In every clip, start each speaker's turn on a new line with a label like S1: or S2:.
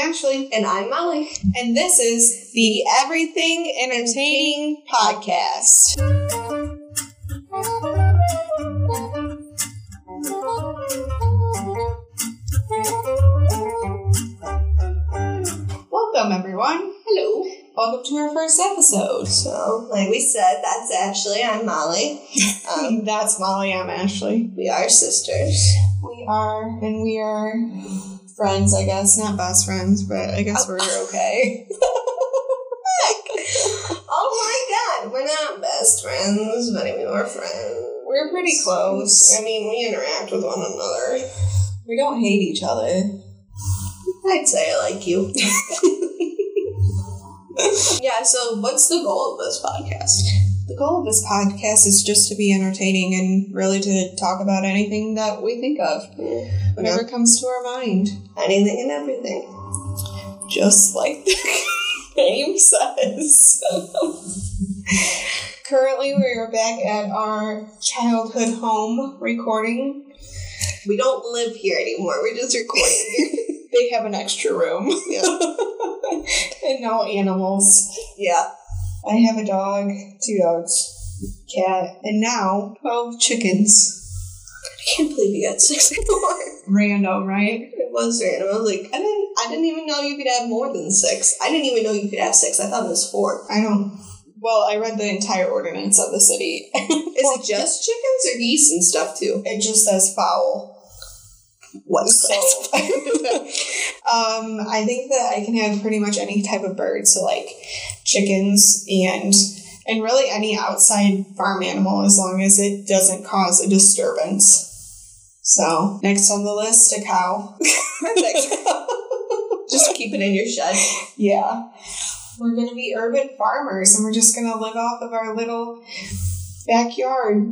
S1: Ashley.
S2: And I'm Molly.
S1: And this is the Everything Entertaining Podcast. Welcome, everyone.
S2: Hello.
S1: Welcome to our first episode.
S2: So, like we said, that's Ashley. I'm Molly. Um,
S1: That's Molly. I'm Ashley.
S2: we are sisters.
S1: We are, and we are friends, I guess. Not best friends, but I guess we're okay.
S2: oh my god, we're not best friends, but I mean, we're friends.
S1: We're pretty close.
S2: I mean, we interact with one another.
S1: We don't hate each other.
S2: I'd say I like you. yeah, so what's the goal of this podcast?
S1: The goal of this podcast is just to be entertaining and really to talk about anything that we think of, whatever comes to our mind.
S2: Anything and everything.
S1: Just like the name says. Currently, we are back at our childhood home recording.
S2: We don't live here anymore, we're just recording here.
S1: They have an extra room and no animals.
S2: yeah.
S1: I have a dog, two dogs, cat, and now 12 chickens.
S2: I can't believe you got six more.
S1: Random, right?
S2: It was random. I was like, I didn't, I didn't even know you could have more than six. I didn't even know you could have six. I thought it was four.
S1: I don't. Well, I read the entire ordinance of the city.
S2: Is it just chickens or geese and stuff too?
S1: It just says foul.
S2: What's
S1: So, um, I think that I can have pretty much any type of bird, so like chickens and and really any outside farm animal as long as it doesn't cause a disturbance. So next on the list, a cow.
S2: just keep it in your shed.
S1: Yeah. We're gonna be urban farmers and we're just gonna live off of our little backyard.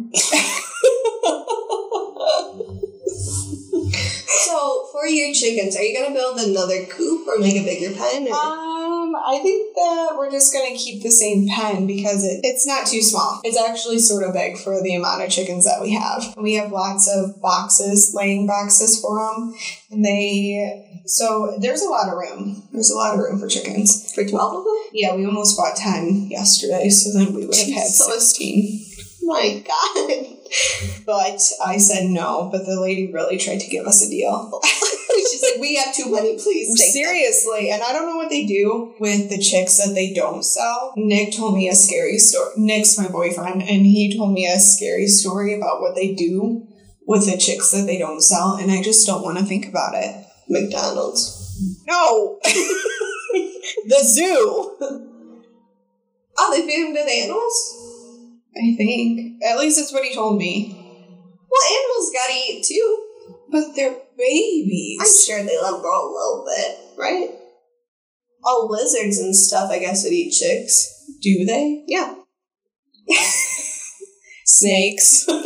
S2: So for your chickens, are you gonna build another coop or make a bigger pen? Or?
S1: Um, I think that we're just gonna keep the same pen because it, it's not too small. It's actually sort of big for the amount of chickens that we have. We have lots of boxes, laying boxes for them, and they so there's a lot of room. There's a lot of room for chickens.
S2: for twelve of them?
S1: Yeah, we almost bought ten yesterday, so then we would have had
S2: So-
S1: sixteen.
S2: My God,
S1: But I said no. But the lady really tried to give us a deal.
S2: she's like, we have too many. Please take them."
S1: Seriously, and I don't know what they do with the chicks that they don't sell. Nick told me a scary story. Nick's my boyfriend, and he told me a scary story about what they do with the chicks that they don't sell, and I just don't want to think about it.
S2: McDonald's.
S1: No! the zoo!
S2: Oh, they feed them to the animals.
S1: I think. At least that's what he told me.
S2: Well, animals gotta eat too.
S1: But they're babies.
S2: I'm sure they let them grow a little bit, right? All Oh, lizards and stuff, I guess, would eat chicks.
S1: do they?
S2: Yeah.
S1: Snakes.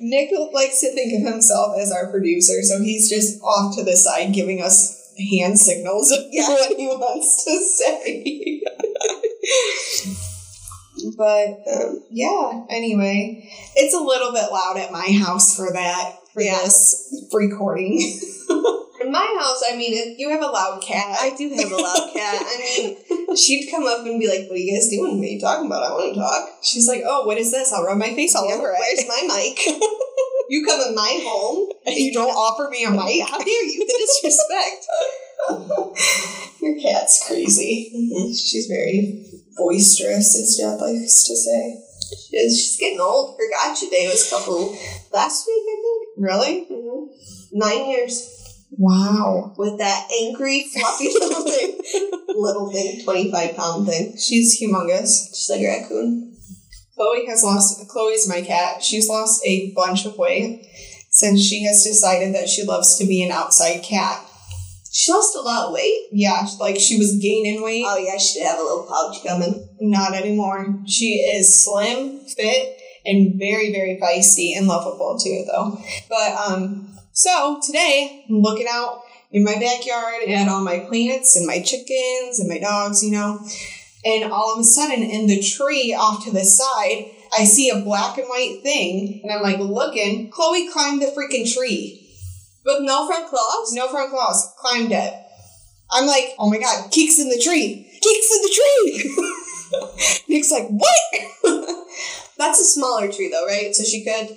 S1: Nick likes to think of himself as our producer, so he's just off to the side giving us hand signals of
S2: Yeah.
S1: what he wants to say. but um, yeah, anyway, it's a little bit loud at my house for that for
S2: Yeah.
S1: this recording.
S2: In my house, I mean, if
S1: You have a loud cat.
S2: I do have a loud cat. I mean, she'd come up and be like, What are you guys doing? What are you talking about? I want to talk.
S1: She's like, "Oh, what is this? I'll rub my face all
S2: Yeah,
S1: over it."
S2: Where's my mic? you come in my home.
S1: You don't offer me a mic.
S2: How dare you? The disrespect.
S1: Your cat's crazy. She's very boisterous, as Dad likes to say.
S2: She's, she's getting old. Her gotcha day was a couple last week, I
S1: Really?
S2: think. Mm-hmm. Nine years
S1: Wow.
S2: with that angry, fluffy little thing. little thing, 25 pound thing.
S1: She's humongous.
S2: She's like a raccoon.
S1: Chloe has lost, Chloe's my cat. She's lost a bunch of weight since she has decided that she loves to be an outside cat.
S2: She lost a lot of weight.
S1: Yeah, like she was gaining weight.
S2: Oh, yeah, she did have a little pouch coming.
S1: Not anymore. She is slim, fit, and very, very feisty and lovable too, though. But um, so today I'm looking out in my backyard at all my plants and my chickens and my dogs, you know, and all of a sudden in the tree off to the side, I see a black and white thing, and I'm like looking. Chloe climbed the freaking tree.
S2: With no front claws?
S1: No front claws. Climbed it. I'm like, oh my god, kicks in the tree. Kicks in the tree. Nick's like, what?
S2: That's a smaller tree though, right? So she could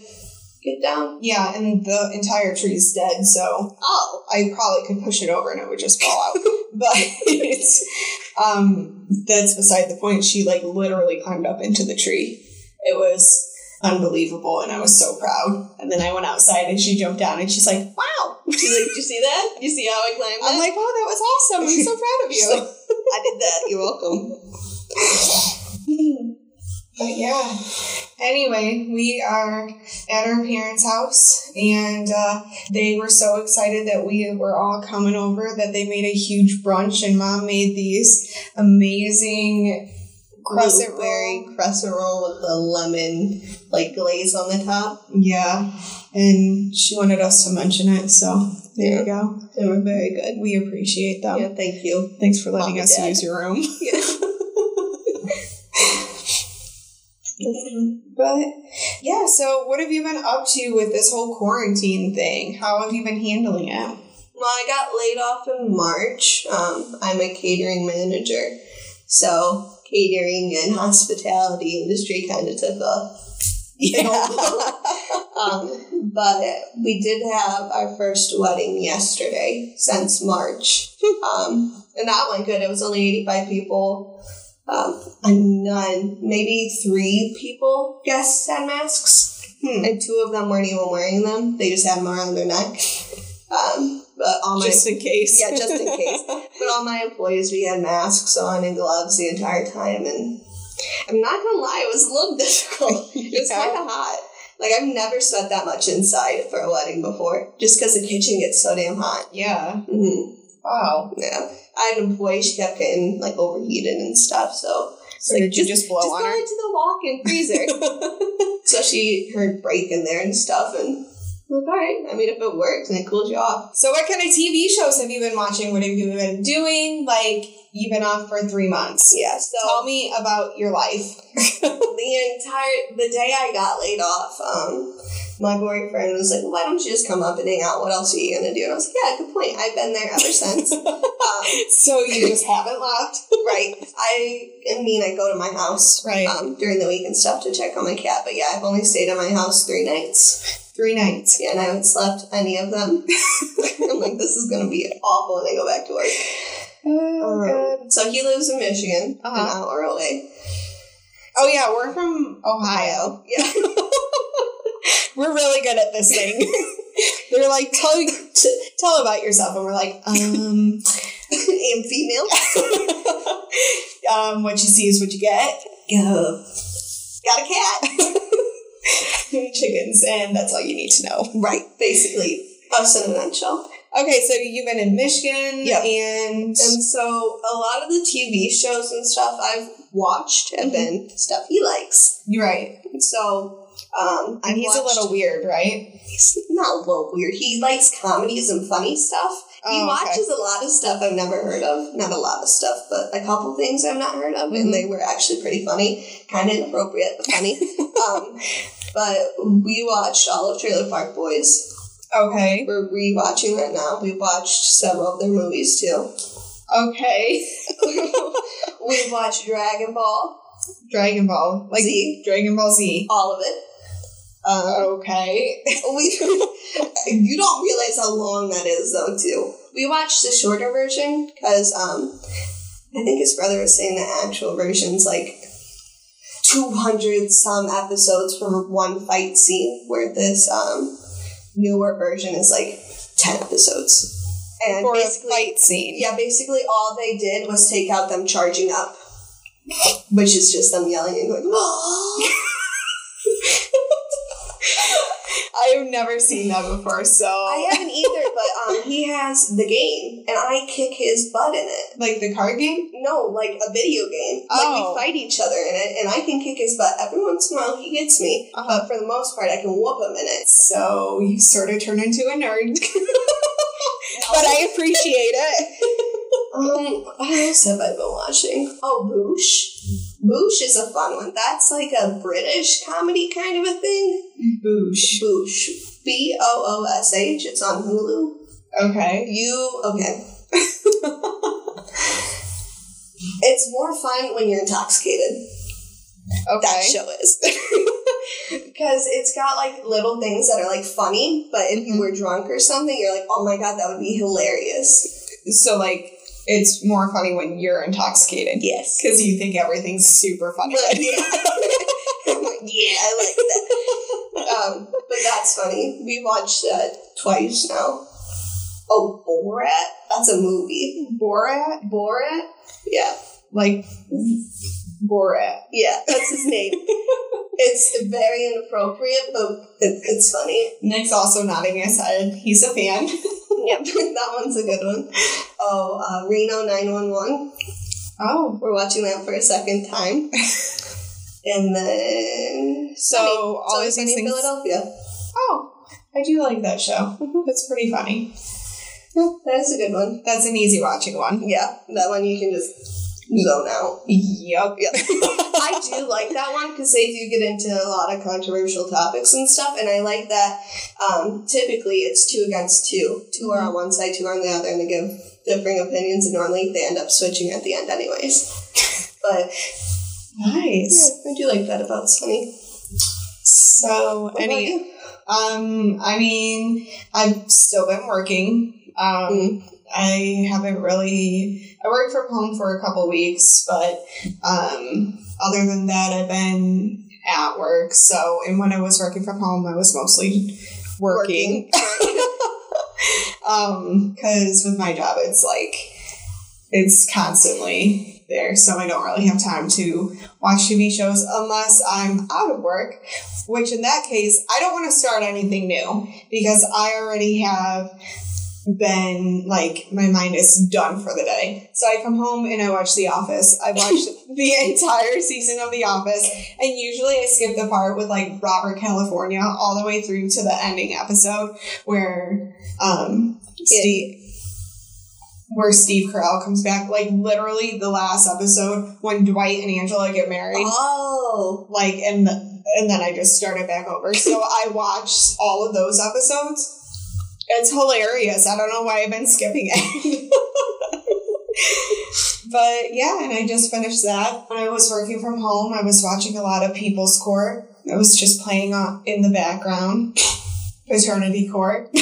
S2: get down.
S1: yeah, and the entire tree's dead, so
S2: Oh.
S1: I probably could push it over and it would just fall out. but it's, um, that's beside the point. She like literally climbed up into the tree. It was unbelievable, and I was so proud. And then I went outside, and she jumped down, and she's like, "Wow!"
S2: She's like, Did you see that? You see how I climbed
S1: I'm
S2: that?
S1: like, "Wow, that was awesome! I'm so proud of
S2: She's
S1: you."
S2: like, I did that. You're welcome.
S1: But yeah. Anyway, we are at our parents' house, and uh, they were so excited that we were all coming over that they made a huge brunch, and mom made these amazing crescent
S2: Blueberry
S1: roll.
S2: crescent roll with the lemon like glaze on the top.
S1: Yeah, and she wanted us to mention it, so there you go.
S2: They were very good.
S1: We appreciate them.
S2: Yeah, thank you.
S1: Thanks for letting
S2: Mom and
S1: us
S2: Dad.
S1: use your room.
S2: Yeah.
S1: But yeah, so what have you been up to with this whole quarantine thing? How have you been handling it?
S2: Well, I got laid off in March. Um, I'm a catering manager. So, catering and hospitality industry kind of took a um, but we did have our first wedding yesterday since March. Um, and that went good. It was only 85 people. Um, and none, maybe three people guests had masks.
S1: Hmm.
S2: And two of them weren't even wearing them. They just had them around their neck. Um, but all my
S1: Just in case.
S2: Yeah, just in case. but all my employees, we had masks on and gloves the entire time. And I'm not gonna lie, it was a little difficult. It was
S1: Yeah.
S2: kind of hot. Like I've never sweat that much inside for a wedding before, just because the kitchen gets so damn hot.
S1: Yeah.
S2: hmm
S1: Wow.
S2: Yeah, I had an employee; she kept getting like overheated and stuff. So
S1: So
S2: Like,
S1: did you just blow
S2: just
S1: on
S2: go
S1: her?
S2: into the walk-in freezer. so she heard break in there and stuff, and I'm like, all right. I mean, if it works and it cools you off,
S1: So what kind of TV shows have you been watching? What have you been doing? Like you've been off for three months.
S2: yeah. So
S1: Tell me about your life.
S2: the entire the day I got laid off, um, my boyfriend was like, "Why don't you just come up and hang out? What else are you gonna do?" And I was like, "Yeah, good point. I've been there ever since." um,
S1: So you just haven't left,
S2: right. I, I mean, I go to my house
S1: right?
S2: um, during the week and stuff to check on my cat, but yeah, I've only stayed at my house three nights,
S1: Three nights.
S2: yeah, and I haven't slept any of them. I'm like, this is gonna be awful when I go back to work.
S1: Oh,
S2: Um, so he lives in Michigan, an
S1: Uh-huh.
S2: hour away.
S1: Oh yeah, we're from Ohio.
S2: Yeah.
S1: We're really good at this thing. They're like, tell t- tell about yourself, and we're like, um,
S2: and female.
S1: um, what you see is what you get.
S2: Yeah. Got a cat.
S1: Chickens, and that's all you need to know.
S2: Right, basically. Us in a nutshell.
S1: Okay, so you've been in Michigan,
S2: Yep. Um,
S1: and
S2: And so a lot of the TV shows and stuff I've watched have
S1: Mm-hmm.
S2: been stuff he likes.
S1: you're right.
S2: So um,
S1: And
S2: I've
S1: he's a
S2: watched-
S1: little weird, right?
S2: he's not a little weird. He likes comedies and funny stuff. he
S1: Oh, okay.
S2: watches a lot of stuff I've never heard of. Not a lot of stuff, but a couple things I've not heard of,
S1: Mm-hmm.
S2: and they were actually pretty funny. Kind of inappropriate, but funny. um, but we watched all of Trailer Park Boys.
S1: Okay.
S2: We're rewatching that now. We watched several of their movies too.
S1: Okay.
S2: we watched Dragon Ball,
S1: Dragon Ball. Like
S2: Z.
S1: Dragon Ball Z.
S2: all of it. Uh,
S1: Okay.
S2: we you don't realize how long that is though too. We watched the shorter version because um, I think his brother was saying the actual version's like. 200 some episodes from one fight scene where this um, newer version is like 10 episodes and
S1: For a
S2: basically
S1: fight scene.
S2: Yeah, basically all they did was take out them charging up, which is just them yelling and going, "Ah."
S1: I have never seen that before, so
S2: I haven't either, but um, he has the game, and I kick his butt in it.
S1: like the card game?
S2: No, like a video game. Like
S1: Oh.
S2: we fight each other in it, and I can kick his butt. Every once in a while, he gets me,
S1: Uh-huh.
S2: but for the most part, I can whoop him in it.
S1: So you sort of turn into a nerd. but I appreciate it.
S2: Um, what else have I been watching? Oh, Boosh. Boosh is a fun one. That's like a British comedy kind of a thing.
S1: Boosh.
S2: Boosh. B O O S H. It's on Hulu.
S1: Okay.
S2: You okay? it's more fun when you're intoxicated. That
S1: Okay.
S2: show is because it's got like little things that are like funny, but if you were drunk or something, you're like, oh my god, that would be hilarious.
S1: So like, it's more funny when you're intoxicated
S2: Yes.
S1: because you think everything's super funny.
S2: But- yeah, I like that. Um, but that's funny. We watched that twice now. Oh, Borat? That's a movie.
S1: Borat,
S2: Borat? Yeah,
S1: like Borat.
S2: yeah, that's his name. it's very inappropriate, but it, it's funny.
S1: Nick's also nodding his head. He's a fan.
S2: Yep, that one's a good one. Oh, uh, Reno 911.
S1: Oh,
S2: We're watching that for a second time. and then.
S1: so
S2: Sunny.
S1: all these
S2: Sunny
S1: things.
S2: Philadelphia. Mm-hmm.
S1: Oh, I do like that show. That's pretty funny.
S2: That is a good one.
S1: That's an easy watching one.
S2: Yeah, that one you can just zone out.
S1: Yup.
S2: Yeah. I do like that one because they do get into a lot of controversial topics and stuff, and I like that um, typically it's two against two. Two
S1: Mm-hmm.
S2: are on one side, two are on the other, and they give differing opinions, and normally they end up switching at the end, anyways. But yeah,
S1: Nice.
S2: I do like that about Sunny.
S1: So
S2: What about
S1: any,
S2: you?
S1: um, I mean, I've still been working. Um,
S2: Mm.
S1: I haven't really. I worked from home for a couple weeks, but um, other than that, I've been at work. So, and when I was working from home, I was mostly working. um because with my job it's like it's constantly there so i don't really have time to watch tv shows unless i'm out of work which in that case i don't want to start anything new because i already have been like my mind is done for the day so i come home and i watch the office i watched the entire season of the office and usually i skip the part with like robert california all the way through to the ending episode where um Steve where Steve Carell comes back, like literally the last episode when Dwight and Angela get married,
S2: Oh,
S1: like and and then I just started back over. So I watched all of those episodes. It's hilarious. I don't know why I've been skipping it. but yeah, and I just finished that. When I was working from home, I was watching a lot of People's Court. It was just playing on, in the background. Paternity Court.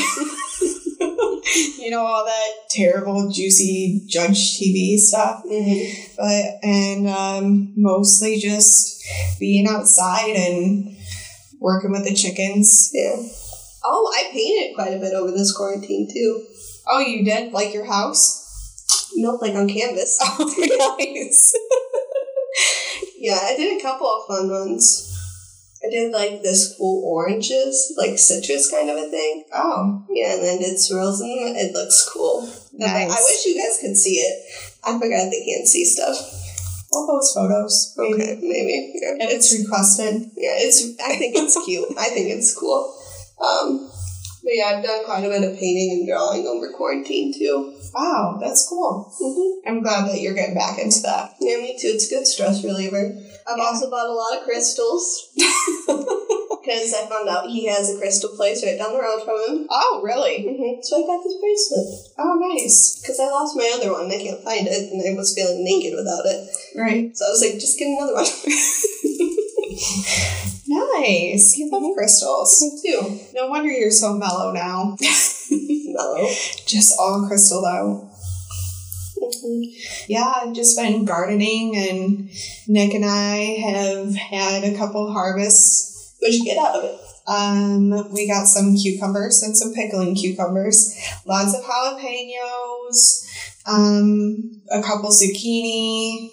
S1: you know, all that terrible, juicy judge TV stuff
S2: Mhm.
S1: but and um, mostly just being outside and working with the chickens.
S2: yeah. Oh, I painted quite a bit over this quarantine too.
S1: Oh, you did like your house?
S2: Nope, like on canvas.
S1: Oh, nice.
S2: Yeah, I did a couple of fun ones. I did like this cool oranges, like citrus kind of a thing.
S1: Oh,
S2: Yeah, and then did swirls in them. It looks cool. And I-
S1: nice.
S2: I wish you guys could see it. I forgot they can't see stuff.
S1: we'll post photos. maybe.
S2: Okay, maybe. Yeah,
S1: And it's requested.
S2: yeah, it's. I think it's cute. I think it's cool. Um, but yeah, I've done quite a bit of painting and drawing over quarantine too.
S1: Wow, that's cool.
S2: Mm-hmm.
S1: I'm glad that you're getting back into that.
S2: Yeah, me too. It's a good stress reliever. I've
S1: Yeah.
S2: also bought a lot of crystals because I found out he has a crystal place right down the road from him.
S1: Oh, really?
S2: Mm-hmm. So I got this bracelet
S1: Oh, nice.
S2: because I lost my other one. and I can't find it, and I was feeling naked without it.
S1: Right.
S2: So I was like, just get another one
S1: Nice. You love crystals.
S2: too.
S1: No wonder you're so mellow now.
S2: Mellow.
S1: Just all crystal though. Yeah, I've just been gardening, and Nick and I have had a couple harvests.
S2: What'd you get out of it?
S1: Um, we got some cucumbers and some pickling cucumbers, lots of jalapenos, um, a couple zucchini,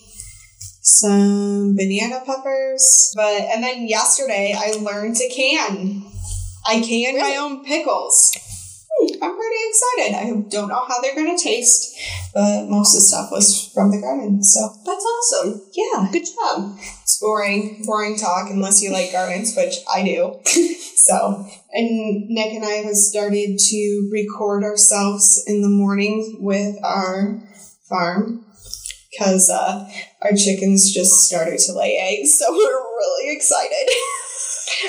S1: some banana peppers. But and then yesterday I learned to can. I can my
S2: Really?
S1: own pickles. Hmm, I'm pretty excited. I don't know how they're gonna taste, but most of the stuff was from the garden, so
S2: That's awesome.
S1: yeah,
S2: Good job.
S1: it's boring, boring talk unless you like gardens, which I do. so, and Nick and I have started to record ourselves in the morning with our farm because uh, our chickens just started to lay eggs, so we're really excited.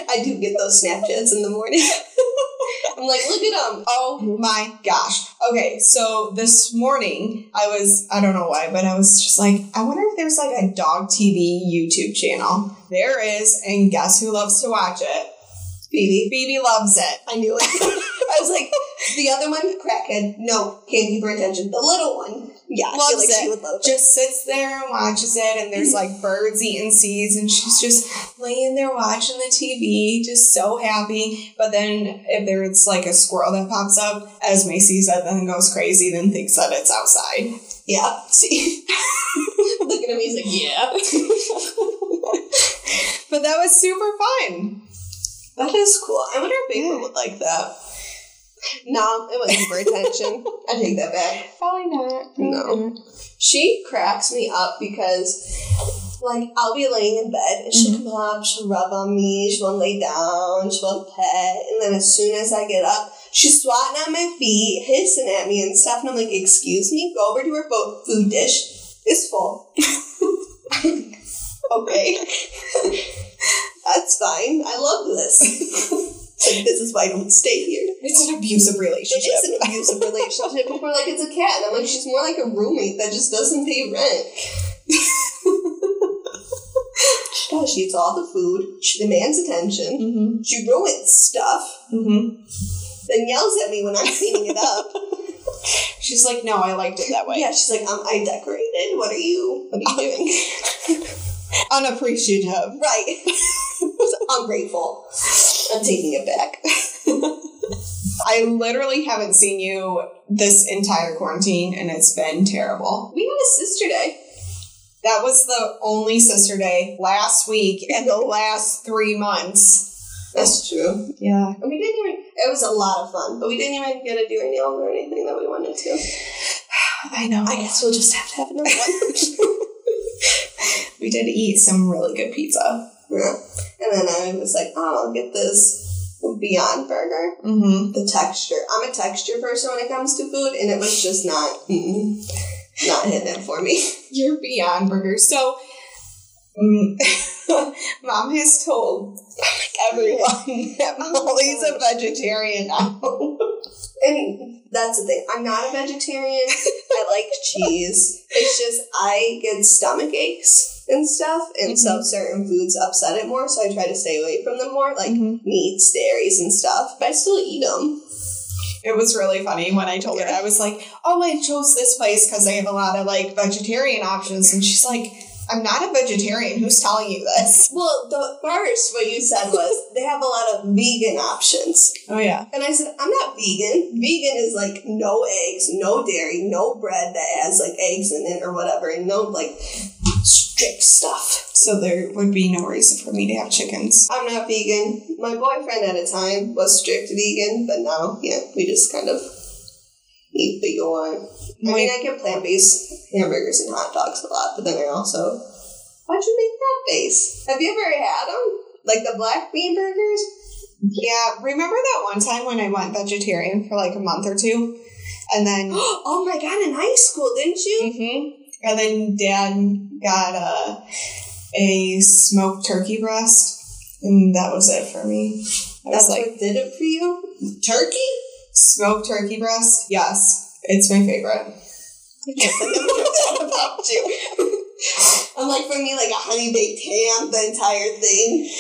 S2: I do get those Snapchats in the morning. I'm like, look at him.
S1: Oh my gosh. Okay, so this morning I was, I don't know why, but I was just like, I wonder if there's like a dog TV YouTube channel. There is, and guess who loves to watch it?
S2: Phoebe.
S1: Phoebe loves it.
S2: I knew it. I was like, the other one, crackhead. No, can't keep her attention. The little one, yeah, I feel
S1: Loves
S2: like
S1: it.
S2: she would love it.
S1: Just sits there and watches it, and there's like birds eating seeds, and she's just laying there watching the TV, just so happy. But then if there's like a squirrel that pops up, as Macy said, then goes crazy, then thinks that it's outside.
S2: Yeah, see. Looking at me, he's like, yeah.
S1: But that was super fun.
S2: That is cool. I wonder if Baker
S1: Yeah.
S2: would like that. No, it wasn't for attention. I take that back.
S1: Probably not.
S2: No. She cracks me up because, like, I'll be laying in bed and she'll come up, she'll rub on me, she won't lay down, she won't pet, and then as soon as I get up, she's swatting at my feet, hissing at me and stuff, and I'm like, "Excuse me, go over to her fo- food dish. It's full." okay, that's fine. I love this. like, this is why I don't stay here.
S1: It's an abusive
S2: It
S1: relationship.
S2: is an abusive relationship. People are like, it's a cat. And I'm like, she's more like a roommate that just doesn't pay rent. Oh, she eats all the food. She demands attention.
S1: Mm-hmm.
S2: She ruins stuff.
S1: Mm-hmm.
S2: Then yells at me when I'm cleaning it up.
S1: She's like, no, I liked it that way.
S2: yeah, she's like, um, I decorated. What are you? What are you doing?
S1: Unappreciative.
S2: right. so ungrateful. I'm taking it back.
S1: I literally haven't seen you this entire quarantine, and it's been terrible.
S2: We had a sister day.
S1: That was the only sister day last week and the last three months.
S2: That's true.
S1: Yeah.
S2: And we didn't even. It was a lot of fun, but we didn't even get to do our nails or anything that we wanted to.
S1: I know.
S2: I guess we'll just have to have another one.
S1: we did eat some really good pizza.
S2: yeah. And then I was like, oh, I'll get this Beyond Burger.
S1: Mm-hmm.
S2: The texture. I'm a texture person when it comes to food, and it was just not, mm, not hitting it for me.
S1: You're beyond burger. So, mm, mom has told everyone that Molly's a vegetarian now.
S2: And that's the thing. I'm not a vegetarian. I like cheese. It's just I get stomach aches and stuff, and so certain foods upset it more. So I try to stay away from them more, like
S1: Mhm.
S2: meats, dairies, and stuff. But I still eat them.
S1: It was really funny when I told her. I was like, "Oh, I chose this place because they have a lot of like vegetarian options," and she's like, "I'm not a vegetarian. Who's telling you this?"
S2: Well, the first what you said was they have a lot of vegan options.
S1: Oh yeah,
S2: And I said, I'm not vegan. Vegan is like no eggs, no dairy, no bread that has like eggs in it or whatever, and no like strict stuff.
S1: so there would be no reason for me to have chickens.
S2: I'm not vegan. My boyfriend at a time was strict vegan, but now, yeah, we just kind of eat what you want. I mean, I get plant based hamburgers and hot dogs a lot, but then I also, why'd you make that face? Have you ever had them? Like the black bean burgers?
S1: Yeah, remember that one time when I went vegetarian for like a month or two, and then
S2: oh my god, in high school, didn't you?
S1: Mhm. and then Dad got a a smoked turkey breast, and that was it for me. I was
S2: That's
S1: like,
S2: what did it for you? Turkey?
S1: smoked turkey breast. Yes, it's my favorite.
S2: about you. I'm like, for me, like a honey baked ham, the entire thing.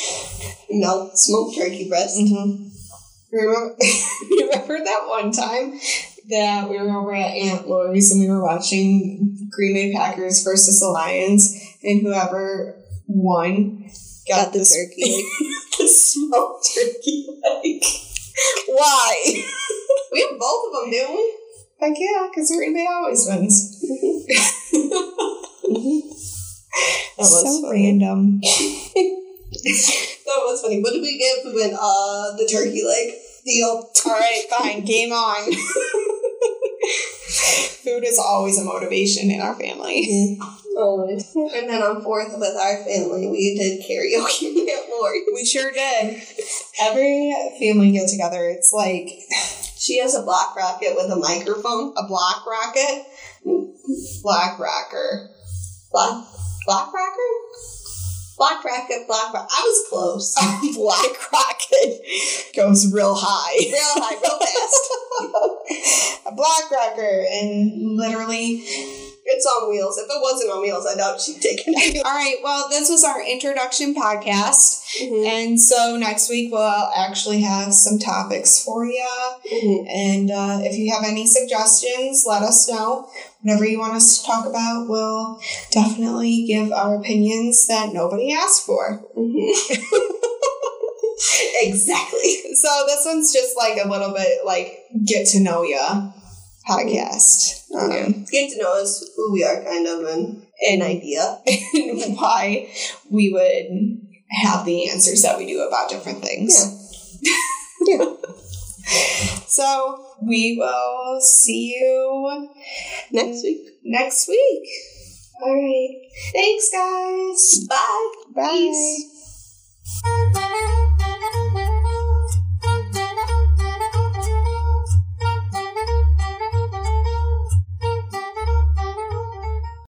S2: No, smoked turkey breast.
S1: Mm-hmm. Remember, remember that one time that we were over at Aunt Lori's and we were watching Green Bay Packers versus the Lions, and whoever won got, the, s-
S2: turkey.
S1: the smoked turkey leg. Why?
S2: we have both of them, didn't we?
S1: Like, yeah, because Green Bay always wins.
S2: That was
S1: Mm-hmm. so
S2: funny.
S1: random.
S2: That was funny. What did we get if we win? Uh, the turkey leg. Deal.
S1: All right, fine, game on. Food is always a motivation in our family.
S2: Always. Oh, And then on fourth with our family, we did karaoke at Lori.
S1: We sure did. Every family get together, it's like
S2: She has a black rocket with a microphone.
S1: a block rocket, black rocker.
S2: Black, black rocker? Black Rocket, Black Rocket. I was close. real
S3: Black Rocket goes real high.
S2: high, real fast.
S1: A black rocker, and literally.
S2: It's on wheels. If it wasn't on wheels, I doubt she'd take it.
S1: All right, well, this was our introduction podcast.
S2: Mhm.
S1: And so next week we'll actually have some topics for you.
S2: Mm-hmm.
S1: And uh, if you have any suggestions, let us know. Whatever you want us to talk about, we'll definitely give our opinions that nobody asked for.
S2: exactly.
S1: So this one's just like a little bit like get to know ya podcast. Um,
S2: Get to know us, who we are, kind of, and an idea.
S1: and why we would have the answers that we do about different things. So we will see you
S2: Next week.
S1: next week. All right. Thanks, guys.
S2: Bye.
S1: Bye.
S2: Peace.